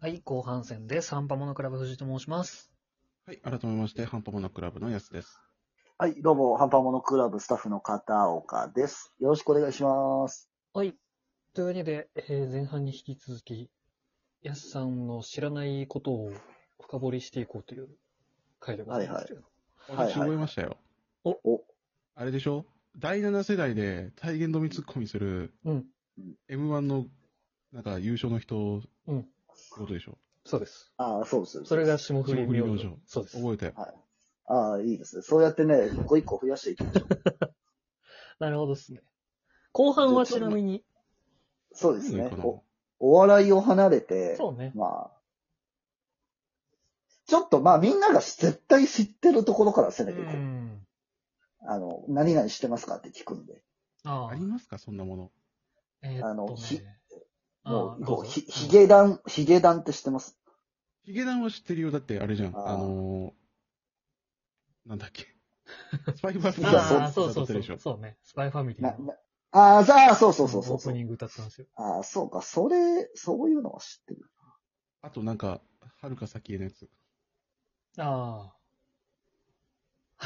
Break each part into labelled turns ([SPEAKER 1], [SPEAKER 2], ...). [SPEAKER 1] はい、後半戦です。ハンパモノクラブ藤井と申します。
[SPEAKER 2] はい、改めまして、ハンパモノクラブのやすです。
[SPEAKER 3] はい、どうも、ハンパモノクラブスタッフの片岡です。よろしくお願いします。
[SPEAKER 1] はい。というわけで、えー前半に引き続き、ヤスさんの知らないことを深掘りしていこうという回でございますけど。
[SPEAKER 3] はいはい
[SPEAKER 2] 私覚えましたよ。
[SPEAKER 1] お
[SPEAKER 3] お
[SPEAKER 2] あれでしょ第7世代で体言ドミツッコミする
[SPEAKER 1] うん、
[SPEAKER 2] M1 の、なんか優勝の人、
[SPEAKER 1] うん
[SPEAKER 2] ってことでしょ
[SPEAKER 1] そうです。
[SPEAKER 3] ああ、そうです。
[SPEAKER 1] それが霜降り明
[SPEAKER 2] 霜降り
[SPEAKER 1] 星
[SPEAKER 2] 明星。
[SPEAKER 1] そうです。
[SPEAKER 2] 覚えたよ。
[SPEAKER 3] ああ、いいですね。そうやってね、一個一個増やしていき ましょう。
[SPEAKER 1] なるほどですね。後半はちなみに、
[SPEAKER 3] そうですね
[SPEAKER 2] いい。のかな
[SPEAKER 3] おお笑いを離れて、
[SPEAKER 1] そうね。
[SPEAKER 3] まあ、ちょっとまあみんなが絶対知ってるところから攻
[SPEAKER 1] う
[SPEAKER 3] めていこう。
[SPEAKER 1] ん。
[SPEAKER 3] あの、何々してますかって聞くんで。
[SPEAKER 1] あ
[SPEAKER 2] あ
[SPEAKER 1] あ
[SPEAKER 2] り、ますかそんなもの。
[SPEAKER 1] えー、
[SPEAKER 3] あ
[SPEAKER 1] っ
[SPEAKER 3] の
[SPEAKER 1] と
[SPEAKER 3] ひ
[SPEAKER 1] ね。
[SPEAKER 3] もう、
[SPEAKER 1] ど
[SPEAKER 3] こう
[SPEAKER 1] ぞ
[SPEAKER 3] ひ、ひげダン、ひげダンって知ってます
[SPEAKER 2] ヒゲダンは知ってるよ。だって、あれじゃん。あ
[SPEAKER 3] あー
[SPEAKER 2] のー、なんだ っけ。スパイファミリー
[SPEAKER 3] いや
[SPEAKER 1] ああ、そう
[SPEAKER 2] 歌
[SPEAKER 1] そ
[SPEAKER 2] っ
[SPEAKER 1] う
[SPEAKER 2] て
[SPEAKER 1] そ
[SPEAKER 2] る
[SPEAKER 1] う。
[SPEAKER 2] でしょ
[SPEAKER 1] そうね。スパイファミリー
[SPEAKER 3] な、
[SPEAKER 1] の
[SPEAKER 3] なああ、さあ、そうそうそう
[SPEAKER 1] オ
[SPEAKER 3] そう
[SPEAKER 1] ープ
[SPEAKER 3] そう。
[SPEAKER 1] ニング歌ったんですよ。
[SPEAKER 3] ああ、そうか、それ、そういうのは知ってる。
[SPEAKER 2] あとなんか、はるか先へのや つ。
[SPEAKER 1] ああ。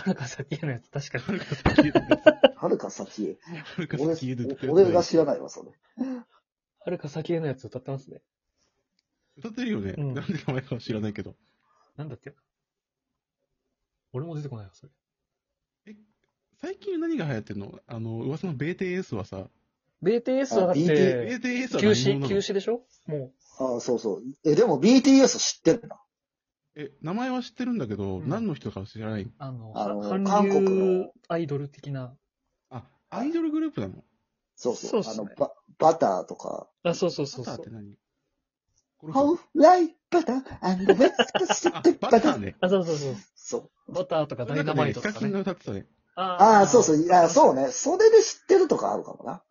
[SPEAKER 1] はるか先へのやつ、確かに。
[SPEAKER 2] は るか先へのや
[SPEAKER 3] はるか先へ。
[SPEAKER 2] つ。はるか
[SPEAKER 3] 俺
[SPEAKER 2] 先へで歌ってるやつ
[SPEAKER 3] 俺が知らないわ、それ。
[SPEAKER 1] はるか先へのやつ歌ってますね。
[SPEAKER 2] 歌ってるよね。
[SPEAKER 1] うん
[SPEAKER 2] なんで名前かは知らないけど。
[SPEAKER 1] なんだっけな俺も出てこないわ、それ。
[SPEAKER 2] 最近何が流行ってるのあの、噂の BTS はさ、
[SPEAKER 1] BTS はだっ
[SPEAKER 3] あ
[SPEAKER 1] て、
[SPEAKER 2] BTS は
[SPEAKER 1] 休
[SPEAKER 2] 何者な
[SPEAKER 1] 止、
[SPEAKER 2] の
[SPEAKER 1] 休止でしょも
[SPEAKER 3] ああ、そうそう。え、でも BTS 知ってるな。
[SPEAKER 2] え、名前は知ってるんだけど、
[SPEAKER 1] うん
[SPEAKER 2] 何の人かは知らない。
[SPEAKER 1] う、あの、
[SPEAKER 3] あの
[SPEAKER 1] は韓
[SPEAKER 3] 韓国
[SPEAKER 1] 流
[SPEAKER 3] の
[SPEAKER 1] アイドル的な。
[SPEAKER 2] あ、アイドルグループなの
[SPEAKER 3] そうそう。
[SPEAKER 1] そうっす
[SPEAKER 3] あ
[SPEAKER 1] ね
[SPEAKER 3] のバ、バターとか。
[SPEAKER 1] あ、そうそうそ
[SPEAKER 2] バ
[SPEAKER 1] う
[SPEAKER 2] タ
[SPEAKER 1] そう
[SPEAKER 2] ーって。何これ
[SPEAKER 3] ホーライバター、アンドベス
[SPEAKER 2] あ、
[SPEAKER 3] ト
[SPEAKER 2] バター。ね。
[SPEAKER 1] あ、そうそうそう。
[SPEAKER 3] そう。
[SPEAKER 1] バターとかダイナマイトと
[SPEAKER 2] ヒ
[SPEAKER 1] か
[SPEAKER 2] カキン
[SPEAKER 1] ね。
[SPEAKER 2] が。歌ってたね。
[SPEAKER 3] ああ、そうそうう。いや、そうね。それで知ってるとかあるかもな。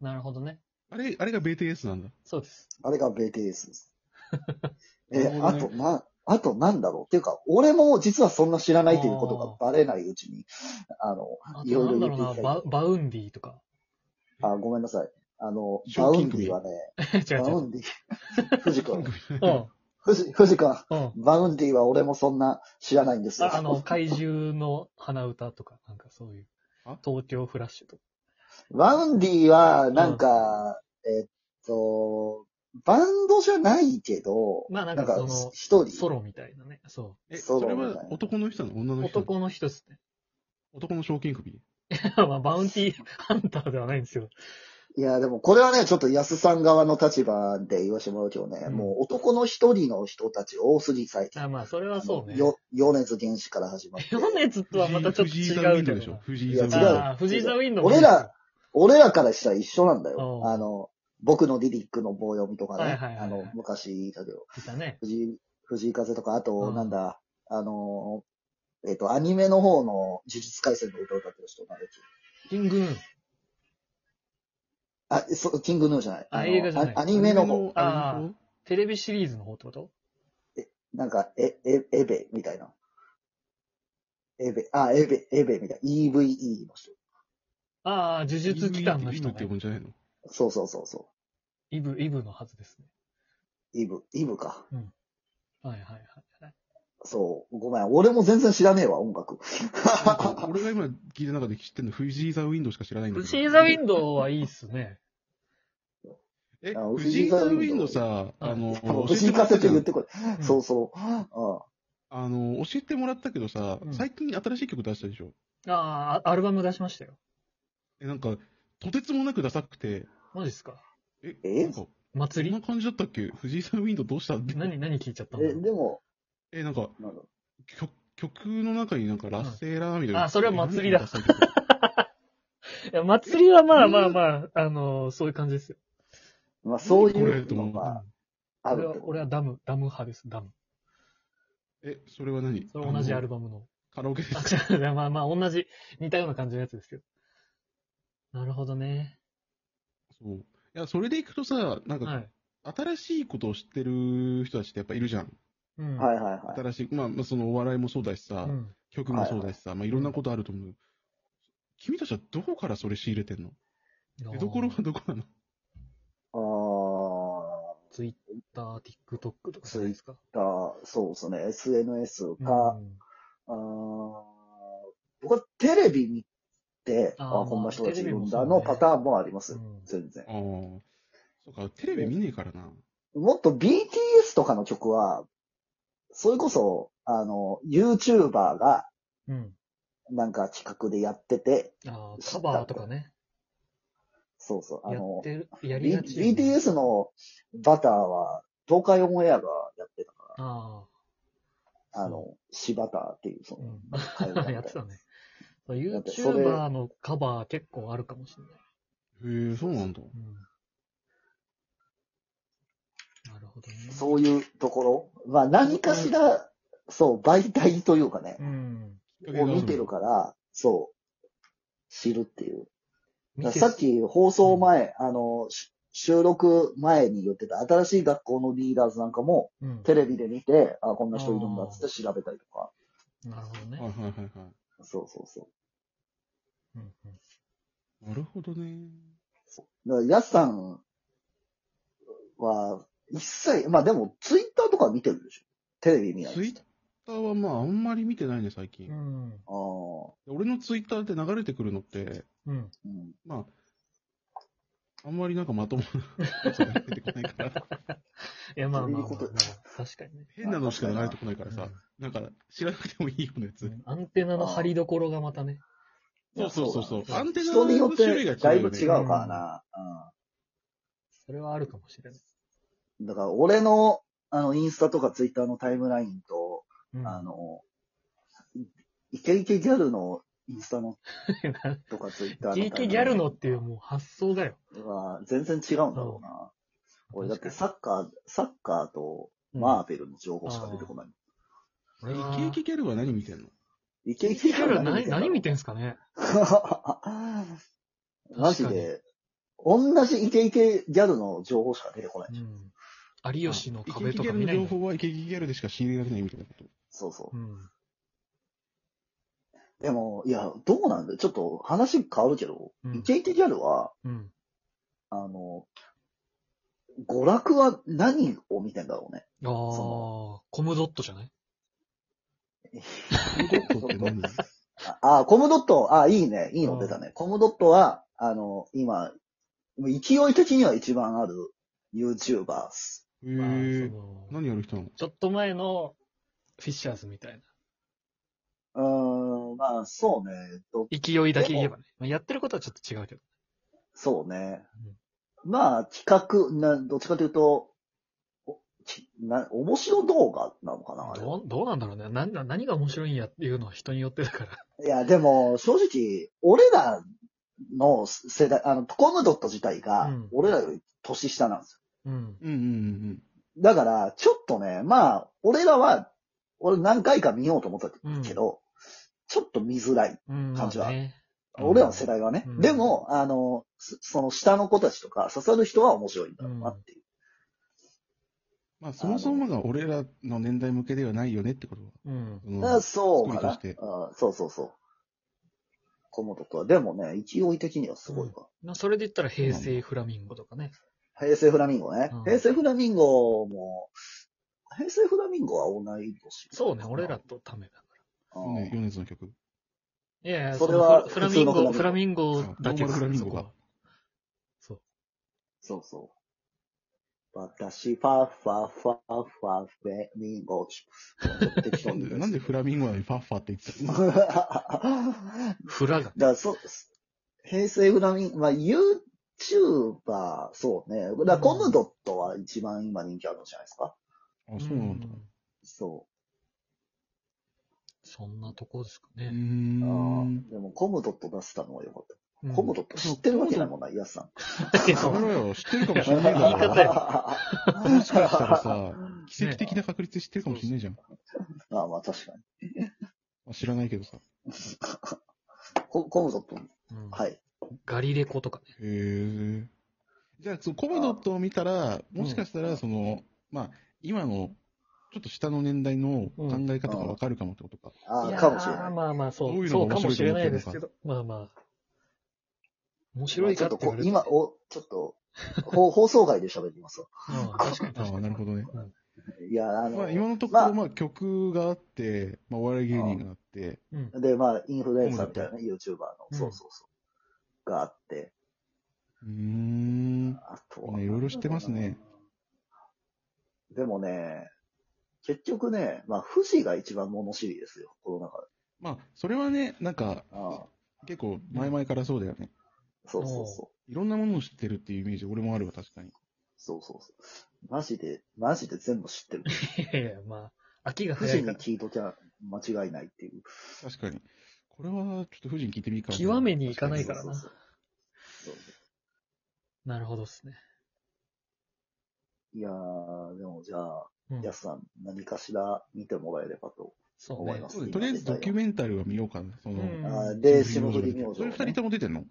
[SPEAKER 1] なるほどね。
[SPEAKER 2] あれ、あれが BTS なんだ。
[SPEAKER 1] そうです。
[SPEAKER 3] あれが BTS です。
[SPEAKER 2] なる
[SPEAKER 3] え、
[SPEAKER 2] ほ
[SPEAKER 3] あ
[SPEAKER 2] どね
[SPEAKER 3] とな、あとなんだろうっていうか、俺も実はそんな知らないということがバレないうちに、あの、
[SPEAKER 1] あ
[SPEAKER 3] いろ
[SPEAKER 1] と、
[SPEAKER 3] い
[SPEAKER 1] な
[SPEAKER 3] ろ
[SPEAKER 1] んだ
[SPEAKER 3] 言
[SPEAKER 1] ろうな、
[SPEAKER 3] っていきたい
[SPEAKER 1] ババウンディとか。
[SPEAKER 3] あ、ごめんなさい。あの、バ
[SPEAKER 2] 賞
[SPEAKER 3] ウ
[SPEAKER 2] 金
[SPEAKER 3] ンデ
[SPEAKER 2] 首
[SPEAKER 3] ィはね、
[SPEAKER 1] 違う違
[SPEAKER 3] バウ
[SPEAKER 1] う。
[SPEAKER 3] ンディ、 藤君、
[SPEAKER 1] うん。
[SPEAKER 3] 藤、藤君、
[SPEAKER 1] うん。
[SPEAKER 3] バウンディは俺もそんな知らないんですよ。
[SPEAKER 1] あ あの、怪獣の鼻歌とか、なんかそういう
[SPEAKER 2] あ。
[SPEAKER 1] 東京フラッシュとか。
[SPEAKER 3] バウンディは、なんか、えっと、バンドじゃないけど、
[SPEAKER 1] まあなん
[SPEAKER 3] なん
[SPEAKER 1] かそ
[SPEAKER 3] か
[SPEAKER 1] の、
[SPEAKER 3] 一
[SPEAKER 1] ソ
[SPEAKER 3] 人、
[SPEAKER 1] ロみたいなね。そ
[SPEAKER 2] え、
[SPEAKER 3] そ
[SPEAKER 2] そうれは男の人なの女
[SPEAKER 1] う。
[SPEAKER 2] の人なの
[SPEAKER 1] 男の人ですね。
[SPEAKER 2] 男の賞金首。
[SPEAKER 1] まあ、バウンティーハンターではないんですよ。
[SPEAKER 3] いや、でもこれはね、ちょっと安さん側の立場で言わせてもらうけどね、
[SPEAKER 1] うん
[SPEAKER 3] もう男の一人の人たち多すぎ最近。
[SPEAKER 1] あまあ、それはそうね。
[SPEAKER 3] よ、米津原始から始まって。
[SPEAKER 1] ヨネズとはまたちょっと
[SPEAKER 2] 藤井ザ・
[SPEAKER 1] 違
[SPEAKER 2] ウ
[SPEAKER 1] う
[SPEAKER 2] ィン
[SPEAKER 1] け
[SPEAKER 2] ドウでし
[SPEAKER 1] ど
[SPEAKER 2] ょ
[SPEAKER 1] な。。
[SPEAKER 2] 藤井ザ・ウィン
[SPEAKER 3] いや違う
[SPEAKER 2] ド
[SPEAKER 1] ああ、藤井ザ・ウィンドウ
[SPEAKER 3] 俺ら、俺らからしたら一緒なんだよ。
[SPEAKER 1] うん
[SPEAKER 3] あの、僕のリリックの棒読みとかね、
[SPEAKER 1] はいはいはいはい
[SPEAKER 3] あの、昔だけど、
[SPEAKER 1] いたね。
[SPEAKER 3] 藤井、藤井風とか、あ
[SPEAKER 1] う
[SPEAKER 3] と、
[SPEAKER 1] ん
[SPEAKER 3] なんだ、あの、えっ、と、アニメの方の呪術廻戦の歌を歌ってる人なんだっけ
[SPEAKER 1] キングヌーン。
[SPEAKER 3] あ、そう、キングヌーじゃない。
[SPEAKER 1] あ
[SPEAKER 3] の
[SPEAKER 1] 映画じゃない
[SPEAKER 3] アア
[SPEAKER 2] ウ。
[SPEAKER 3] ニメの方、
[SPEAKER 1] あー
[SPEAKER 2] アニメの
[SPEAKER 1] テレビシリーズの方ってこと
[SPEAKER 3] なんか、え、え、エベみたいな。エベ、あ、エベ、エベみたいな。EVE の人。
[SPEAKER 1] ああ、呪術機関の人
[SPEAKER 2] イブって
[SPEAKER 1] ね
[SPEAKER 2] 呼。ぶんじゃないの
[SPEAKER 3] そうそうそうそ
[SPEAKER 1] イブ、イブのはずですね。
[SPEAKER 3] う。イブ、イブか。
[SPEAKER 1] はいはいはい。
[SPEAKER 3] そう。ごめん。俺も全然知らねえわ、音楽。
[SPEAKER 2] なんか俺が今聞いた中で知ってるの、藤井ザ・ウィンドウしか知らないんだけど。
[SPEAKER 1] 藤井ザ・ウィンドウはいいっすね。
[SPEAKER 2] え、
[SPEAKER 3] あ
[SPEAKER 2] 藤井ザ・ウィンドウさ、
[SPEAKER 1] あ
[SPEAKER 2] あの、
[SPEAKER 3] 藤井風って言ってこれ。
[SPEAKER 1] うん
[SPEAKER 3] そうそう。あ
[SPEAKER 2] あの、教えてもらったけどさ、
[SPEAKER 1] うん
[SPEAKER 2] 最近新しい曲出したでしょ
[SPEAKER 1] ああ、アルバム出しましたよ。
[SPEAKER 2] え、なんか、とてつもなくダサくて、
[SPEAKER 1] マジっすか
[SPEAKER 2] え、
[SPEAKER 3] え
[SPEAKER 2] なんか、こ
[SPEAKER 1] 祭
[SPEAKER 2] んな
[SPEAKER 1] り
[SPEAKER 2] 感じだったっけ藤井さんウィンドウどうしたって。
[SPEAKER 1] 何、何聞いちゃった
[SPEAKER 3] あえ、
[SPEAKER 1] の
[SPEAKER 3] でも、
[SPEAKER 2] え、なんか、
[SPEAKER 3] なんだろう
[SPEAKER 2] 曲、曲の中になんかラッセーラーみたいな。
[SPEAKER 1] あそれは祭りだ
[SPEAKER 2] え何がダサい曲
[SPEAKER 1] いや、祭りはまあまあまあ、あのー、そういう感じですよ。
[SPEAKER 3] まあ、そう
[SPEAKER 2] これ
[SPEAKER 3] いうのがあ
[SPEAKER 1] 俺
[SPEAKER 3] る
[SPEAKER 1] は
[SPEAKER 3] ってこと
[SPEAKER 1] 俺はダム、ダム派です、ダム。
[SPEAKER 2] え、それは何
[SPEAKER 1] それ同じアル
[SPEAKER 2] バム。
[SPEAKER 1] バムの。
[SPEAKER 2] カラオケです
[SPEAKER 1] あ、
[SPEAKER 2] か
[SPEAKER 1] 違う、まあまあ、同じ、似たような感じのやつですけど。なるほどね。
[SPEAKER 2] そう。いや、それでいくとさ、なん
[SPEAKER 1] は
[SPEAKER 2] か、
[SPEAKER 1] い。
[SPEAKER 2] 新しいことを知ってる人たちってやっぱいるじゃん。
[SPEAKER 1] うん。。
[SPEAKER 3] はいいはいはい。
[SPEAKER 2] 新しい、まあ、まあ、そのお笑いもそうだしさ、
[SPEAKER 1] うん。
[SPEAKER 2] 曲もそうだしさ、まあ、いろんなことあると思う。君たちはどこからそれ仕入れてんの出所はどこなの
[SPEAKER 3] あー
[SPEAKER 1] ツイッター、TikTok とかじゃないですか。
[SPEAKER 3] が、そうですね、SNS
[SPEAKER 1] うん
[SPEAKER 3] か、あー僕はテレビ見て、
[SPEAKER 1] あー
[SPEAKER 3] あーこんな人たちいるんだ
[SPEAKER 1] まあ
[SPEAKER 3] の
[SPEAKER 1] テレビもそうね
[SPEAKER 3] パターンもありますよ
[SPEAKER 1] うん
[SPEAKER 3] 全然
[SPEAKER 2] あ。あ。そうか、テレビ見ねえからな。
[SPEAKER 3] もっと BTS とかの曲は、それこそ、あの、YouTuber が
[SPEAKER 1] うん。
[SPEAKER 3] なんか企画でやってて、
[SPEAKER 1] ああ、カバーとかね。
[SPEAKER 3] そうそう、あ
[SPEAKER 1] や
[SPEAKER 3] の
[SPEAKER 1] っ、てる、やり
[SPEAKER 3] B-
[SPEAKER 1] がちよね。
[SPEAKER 3] BTS のバターは、東海オンエアがやってたか
[SPEAKER 1] あ
[SPEAKER 3] ら、あの、シバターっていう、そ
[SPEAKER 1] あ、うん。
[SPEAKER 3] の、海外
[SPEAKER 1] やってたね。
[SPEAKER 3] だってそれ
[SPEAKER 1] YouTuber のカバー結構あるかもしれない。
[SPEAKER 2] へえ、そうなんだ。
[SPEAKER 1] うん。なるほどね。
[SPEAKER 3] そういうところ、まあ何かしら、そう、媒体というかね
[SPEAKER 1] う、ん。
[SPEAKER 3] を見てるから、そう、知るっていう。
[SPEAKER 1] 見て
[SPEAKER 3] さっき放送前、あの、し収録前に言ってた新しい学校のリーダーズなんかも、
[SPEAKER 1] うん。
[SPEAKER 3] テレビで見て、あ、こんな人いるんだっつって調べたりとか。
[SPEAKER 1] なるほど
[SPEAKER 2] はい
[SPEAKER 1] ね。
[SPEAKER 2] はいはいは
[SPEAKER 3] そうそうそ
[SPEAKER 1] う
[SPEAKER 3] う。
[SPEAKER 1] んうん
[SPEAKER 2] い。なるほどね。
[SPEAKER 3] だから、やすさんは、一切、まあでも、ツイッターとか見てるでしょテレビ見ない。
[SPEAKER 2] ツイッターはまあ、あんまり見てないね、最近。
[SPEAKER 1] うん。
[SPEAKER 3] ああ、
[SPEAKER 2] 俺のツイッターで流れてくるのって、
[SPEAKER 1] うん。
[SPEAKER 3] うん。
[SPEAKER 2] まあ、あんまりなんかまともなやつが出てこないから、
[SPEAKER 1] いや、まあまあ、まあ
[SPEAKER 3] そういうこと
[SPEAKER 1] まあ確かにね。
[SPEAKER 2] 変なのしか流れてこないからさ、なんか知らなくてもいいようなや
[SPEAKER 1] う
[SPEAKER 2] つ。
[SPEAKER 1] んアンテナの張りどころがまたね。
[SPEAKER 2] そうそうそうそう
[SPEAKER 3] いや
[SPEAKER 2] アンテナ
[SPEAKER 3] 人によっ
[SPEAKER 2] の種類が
[SPEAKER 3] て、だいぶ違
[SPEAKER 2] 違う
[SPEAKER 3] う
[SPEAKER 1] よね
[SPEAKER 3] からな。
[SPEAKER 1] それはあるかもしれない。
[SPEAKER 3] うん。だから、俺の、あの、インスタとかツイッターのタイムラインと、
[SPEAKER 1] うん
[SPEAKER 3] あの、イケイケギャルのインスタのとかツイッターのタイムライン。
[SPEAKER 1] 地域ギャルのっていうもう発想だよ。
[SPEAKER 3] は全然違うんだろうな。俺だってサッカー、サッカーとマーベルの情報しか出てこない。
[SPEAKER 1] 俺は
[SPEAKER 2] イケイケギャルは何見てんの
[SPEAKER 3] イケイ
[SPEAKER 1] 地域ギ
[SPEAKER 3] ケギ
[SPEAKER 1] ャ
[SPEAKER 3] ャ
[SPEAKER 1] ル
[SPEAKER 3] ル
[SPEAKER 1] は何何見
[SPEAKER 3] て
[SPEAKER 1] てんすかね
[SPEAKER 3] んの マジで、同じイケイケギャルの情報しか出てこない。
[SPEAKER 1] うん。有吉の
[SPEAKER 2] イ
[SPEAKER 1] 壁
[SPEAKER 2] ケイ
[SPEAKER 1] と
[SPEAKER 2] ケギ
[SPEAKER 1] か
[SPEAKER 2] ャル
[SPEAKER 1] 見
[SPEAKER 2] の
[SPEAKER 1] ない
[SPEAKER 2] 情
[SPEAKER 1] の
[SPEAKER 2] 報はイケイケギャルでしか仕入れられないみたいなこと。
[SPEAKER 3] そうそうう。
[SPEAKER 1] ん。
[SPEAKER 3] でも、いや、どうなんだちょっと話変わるけど、
[SPEAKER 1] うん
[SPEAKER 3] イケイケギャルは、
[SPEAKER 1] うん。
[SPEAKER 3] あの、娯楽は何を見てんだろうね。
[SPEAKER 1] ああ、コムドットじゃない
[SPEAKER 2] コムドットって何
[SPEAKER 3] あ、あコムドット、あ、いいね、いいの出たね。コムドットは、あの、今、勢い的には一番ある YouTuber っす。
[SPEAKER 1] まあ
[SPEAKER 2] へえ
[SPEAKER 1] そ。の
[SPEAKER 2] 何やる人なの
[SPEAKER 1] ちょっと前のフィッシャーズみたいな。
[SPEAKER 3] うーん、まあ、そうね、ど
[SPEAKER 1] 勢いだけ言えばね。まあ、やってることはちょっと違うけど。
[SPEAKER 3] そうね。まあ、企画、な、どっちかというと、おきな、面白動画なのかなあれは
[SPEAKER 1] どうどうなんだろうね何が。何が面白いんやっていうのは人によってだから。
[SPEAKER 3] いや、でも、正直、俺らの世代、あの、コムドット自体
[SPEAKER 1] う
[SPEAKER 3] が
[SPEAKER 1] ん、
[SPEAKER 3] 俺らより年下なんですよ
[SPEAKER 1] うん。
[SPEAKER 2] うんうんうん
[SPEAKER 3] だから、ちょっとね、まあ、俺らは、俺何回か見ようと思ったけど、ちょっと見づらい。
[SPEAKER 1] うん。
[SPEAKER 3] 感じは
[SPEAKER 1] まあねうん
[SPEAKER 3] 俺らの世代はね。
[SPEAKER 1] うん
[SPEAKER 3] でも、あの、そその下の子たちとか、刺さる人は面白いんだろうなっていう。
[SPEAKER 2] まあ、そもそもが俺らの年代向けではないよねってことは。
[SPEAKER 1] うん。
[SPEAKER 2] うん
[SPEAKER 3] だからそうかな
[SPEAKER 2] 作りと
[SPEAKER 3] あそうそうそう。小本とは。でもね、勢い的にはすごいわ。
[SPEAKER 1] まあ、それで言ったら平成フラミンゴとかね。
[SPEAKER 3] 平成フラミンゴね。
[SPEAKER 1] うん
[SPEAKER 3] 平成フラミンゴも、平成フラミンゴは同い年。
[SPEAKER 1] そうね、俺らとためだか
[SPEAKER 3] うん。
[SPEAKER 2] ね、ヨネズの曲。
[SPEAKER 1] ら。いやいや、
[SPEAKER 3] それは
[SPEAKER 1] のフラフラミン
[SPEAKER 3] 普通
[SPEAKER 1] ゴ、
[SPEAKER 3] の
[SPEAKER 1] フ
[SPEAKER 3] フ
[SPEAKER 1] ラ
[SPEAKER 3] ラ
[SPEAKER 1] ミ
[SPEAKER 3] ミ
[SPEAKER 1] ンゴだけ
[SPEAKER 2] あノーマルフラミンゴ
[SPEAKER 1] そ
[SPEAKER 2] が
[SPEAKER 1] こはそう。
[SPEAKER 3] そうそう。私、ファーファーファーファーフェミンゴチ。適当
[SPEAKER 2] なん
[SPEAKER 3] に
[SPEAKER 2] でなんでフラミンゴなのにファッファって言ってたの
[SPEAKER 3] だか
[SPEAKER 1] フラが。
[SPEAKER 3] ら、そう、平成フラミンまあ、YouTuber、そうね。だから、コムドットは一番今人気あるんじゃないですか。
[SPEAKER 2] あ、そうなんだ。
[SPEAKER 1] う
[SPEAKER 3] そ
[SPEAKER 1] そんなとこですか
[SPEAKER 2] うー
[SPEAKER 1] ね。
[SPEAKER 3] う。ああ
[SPEAKER 2] ん。
[SPEAKER 3] でも、コムドット出したのはよかっ
[SPEAKER 1] うん
[SPEAKER 3] た。コ ムドット知ってるわけないもんな、ヤスさん。
[SPEAKER 1] いや
[SPEAKER 2] やめろよ、知ってるかもし
[SPEAKER 1] 言
[SPEAKER 2] れない
[SPEAKER 1] 言い
[SPEAKER 2] だろ
[SPEAKER 1] 方よ。
[SPEAKER 2] もしかしたらさ、奇跡的な確率で知ってるかもしれないじゃん。
[SPEAKER 3] ああ、まあ確かに。
[SPEAKER 2] あ知らないけどさ。
[SPEAKER 3] ココムドット、
[SPEAKER 1] うん
[SPEAKER 3] はい。
[SPEAKER 1] ガリレコとかね。
[SPEAKER 2] へえ。じゃあ、そのコムドットを見たら、もしかしたら、その、まあ、今の、ちょっと下の年代の考え方がわかるかもってことか。
[SPEAKER 3] あ
[SPEAKER 1] い
[SPEAKER 3] あ、
[SPEAKER 1] やー
[SPEAKER 3] かもしれない。
[SPEAKER 1] まあまあ、そ
[SPEAKER 2] ど
[SPEAKER 1] う、
[SPEAKER 2] ういう
[SPEAKER 1] そう
[SPEAKER 2] のが
[SPEAKER 1] かも
[SPEAKER 2] 面
[SPEAKER 1] し
[SPEAKER 2] 白
[SPEAKER 1] れ
[SPEAKER 2] いと思ってる
[SPEAKER 1] な
[SPEAKER 2] のか
[SPEAKER 1] いですけど、まあまあ。面白い
[SPEAKER 3] ちょ
[SPEAKER 1] か
[SPEAKER 3] っ
[SPEAKER 1] って
[SPEAKER 3] と
[SPEAKER 1] 言わ
[SPEAKER 3] こ
[SPEAKER 1] れると
[SPEAKER 3] 今、お、ちょっと、ほ放送外で喋りますわ。
[SPEAKER 1] ああ、確かに
[SPEAKER 2] あ
[SPEAKER 1] 確か
[SPEAKER 2] あ、
[SPEAKER 1] に。
[SPEAKER 2] なるほどね。
[SPEAKER 3] いや、あの、
[SPEAKER 2] まあ、今のところ、
[SPEAKER 3] ま
[SPEAKER 2] まあ、曲があって、まあ、お笑い芸人があって、
[SPEAKER 1] うん。
[SPEAKER 3] あ、で、まあ、インフルエンサーみたいなね、YouTuber の、
[SPEAKER 1] うん
[SPEAKER 3] そうそうそう、があって、
[SPEAKER 2] うーん。ね
[SPEAKER 3] あとは、
[SPEAKER 2] いろいろ知ってますね。
[SPEAKER 3] でもね、結局ね、まあ、富士が一番物知りですよ、この中で。
[SPEAKER 2] まあ、それはね、なんか、
[SPEAKER 3] ああ
[SPEAKER 2] 結構前々からそうだよね。
[SPEAKER 3] そうそうそう。
[SPEAKER 2] いろんなものを知ってるっていうイメージ、俺もあるわ、確かに。
[SPEAKER 3] そうそうそう。マジで、マジで全部知ってる。
[SPEAKER 1] いやいや、まあ、秋が
[SPEAKER 3] 富
[SPEAKER 1] 早
[SPEAKER 3] 士
[SPEAKER 1] い
[SPEAKER 3] に
[SPEAKER 1] から。
[SPEAKER 3] 聞いときゃ間違いないっていう。
[SPEAKER 2] 確かに。これは、ちょっと富士に聞いてみるかも
[SPEAKER 1] 極めに行かない
[SPEAKER 2] 確
[SPEAKER 1] からな。
[SPEAKER 3] そうそうそう
[SPEAKER 1] なるほどっすね。
[SPEAKER 3] いやー、でもじゃあ、
[SPEAKER 1] うん。
[SPEAKER 3] やすさん、何かしら見てもらえればと。
[SPEAKER 1] そう
[SPEAKER 3] 思い
[SPEAKER 1] ね
[SPEAKER 3] ま。す
[SPEAKER 2] そうだねとりあえずドキュメンタルは見ようかな。その、
[SPEAKER 1] うん
[SPEAKER 3] あーで、霜降り明星
[SPEAKER 2] それ
[SPEAKER 3] ね、
[SPEAKER 2] 二人とも出てんの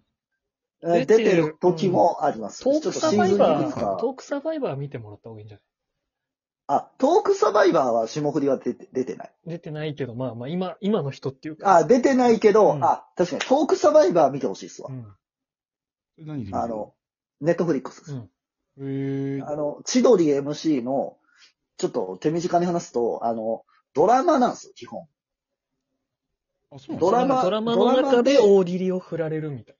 [SPEAKER 3] えー出てる時もあります。
[SPEAKER 1] トークサ
[SPEAKER 3] ちょっ
[SPEAKER 1] バ
[SPEAKER 3] と
[SPEAKER 1] イ
[SPEAKER 3] シズンい
[SPEAKER 1] バ
[SPEAKER 3] くつ
[SPEAKER 1] ー、
[SPEAKER 3] か
[SPEAKER 1] トークサバイバー見てもらった方がいいんじゃない
[SPEAKER 3] あ、トークサバイバーは霜降りは出て出てない。
[SPEAKER 1] 出てないけど、まあまあ、今、今の人っていうか。
[SPEAKER 3] あ、出てないけど、
[SPEAKER 1] うん
[SPEAKER 3] あ、確かにトークサバイバー見てほしいっすわ
[SPEAKER 1] う。ん。
[SPEAKER 2] それ何で見る
[SPEAKER 3] あの、、ネットフリックスです。
[SPEAKER 1] うん。
[SPEAKER 2] へー
[SPEAKER 3] あの、千鳥 MC の、ちょっと手短に話すと、あの、ドラマなんですよ、基本。
[SPEAKER 2] あ、そうなん
[SPEAKER 3] ドラマ
[SPEAKER 1] ドラマの中で大喜利を振られるみたい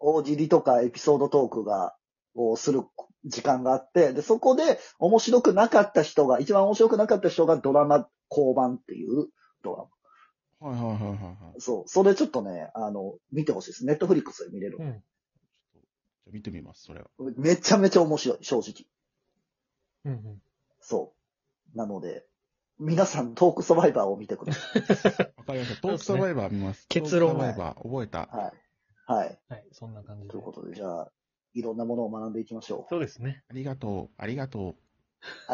[SPEAKER 3] 大喜利とかエピソードトークが、をする時間があって、で、そこで面白くなかった人が、一番面白くなかった人がドラマ交番っていうドラマ。
[SPEAKER 2] はいはいはいはいはい。じゃ
[SPEAKER 3] そう。それちょっとね、あの、見てほしいです。ネットフリックスで見れる
[SPEAKER 1] な。。うん。
[SPEAKER 2] あ見てみます、それは。
[SPEAKER 3] めちゃめちゃ面白い、正直。
[SPEAKER 1] うんうん。
[SPEAKER 3] そう。なので、皆さんトークサバイバーを見てくださ
[SPEAKER 2] わかりました。トークサバイバー見ます。
[SPEAKER 1] 結論
[SPEAKER 2] トークサバイバー、覚えた。
[SPEAKER 3] い。はい。はい。
[SPEAKER 1] はい、そんな感じで
[SPEAKER 3] という。ことで、じゃあ、いろんなものを学んでいきましょう。
[SPEAKER 1] そうですね。
[SPEAKER 2] ありがとう、ありがとう。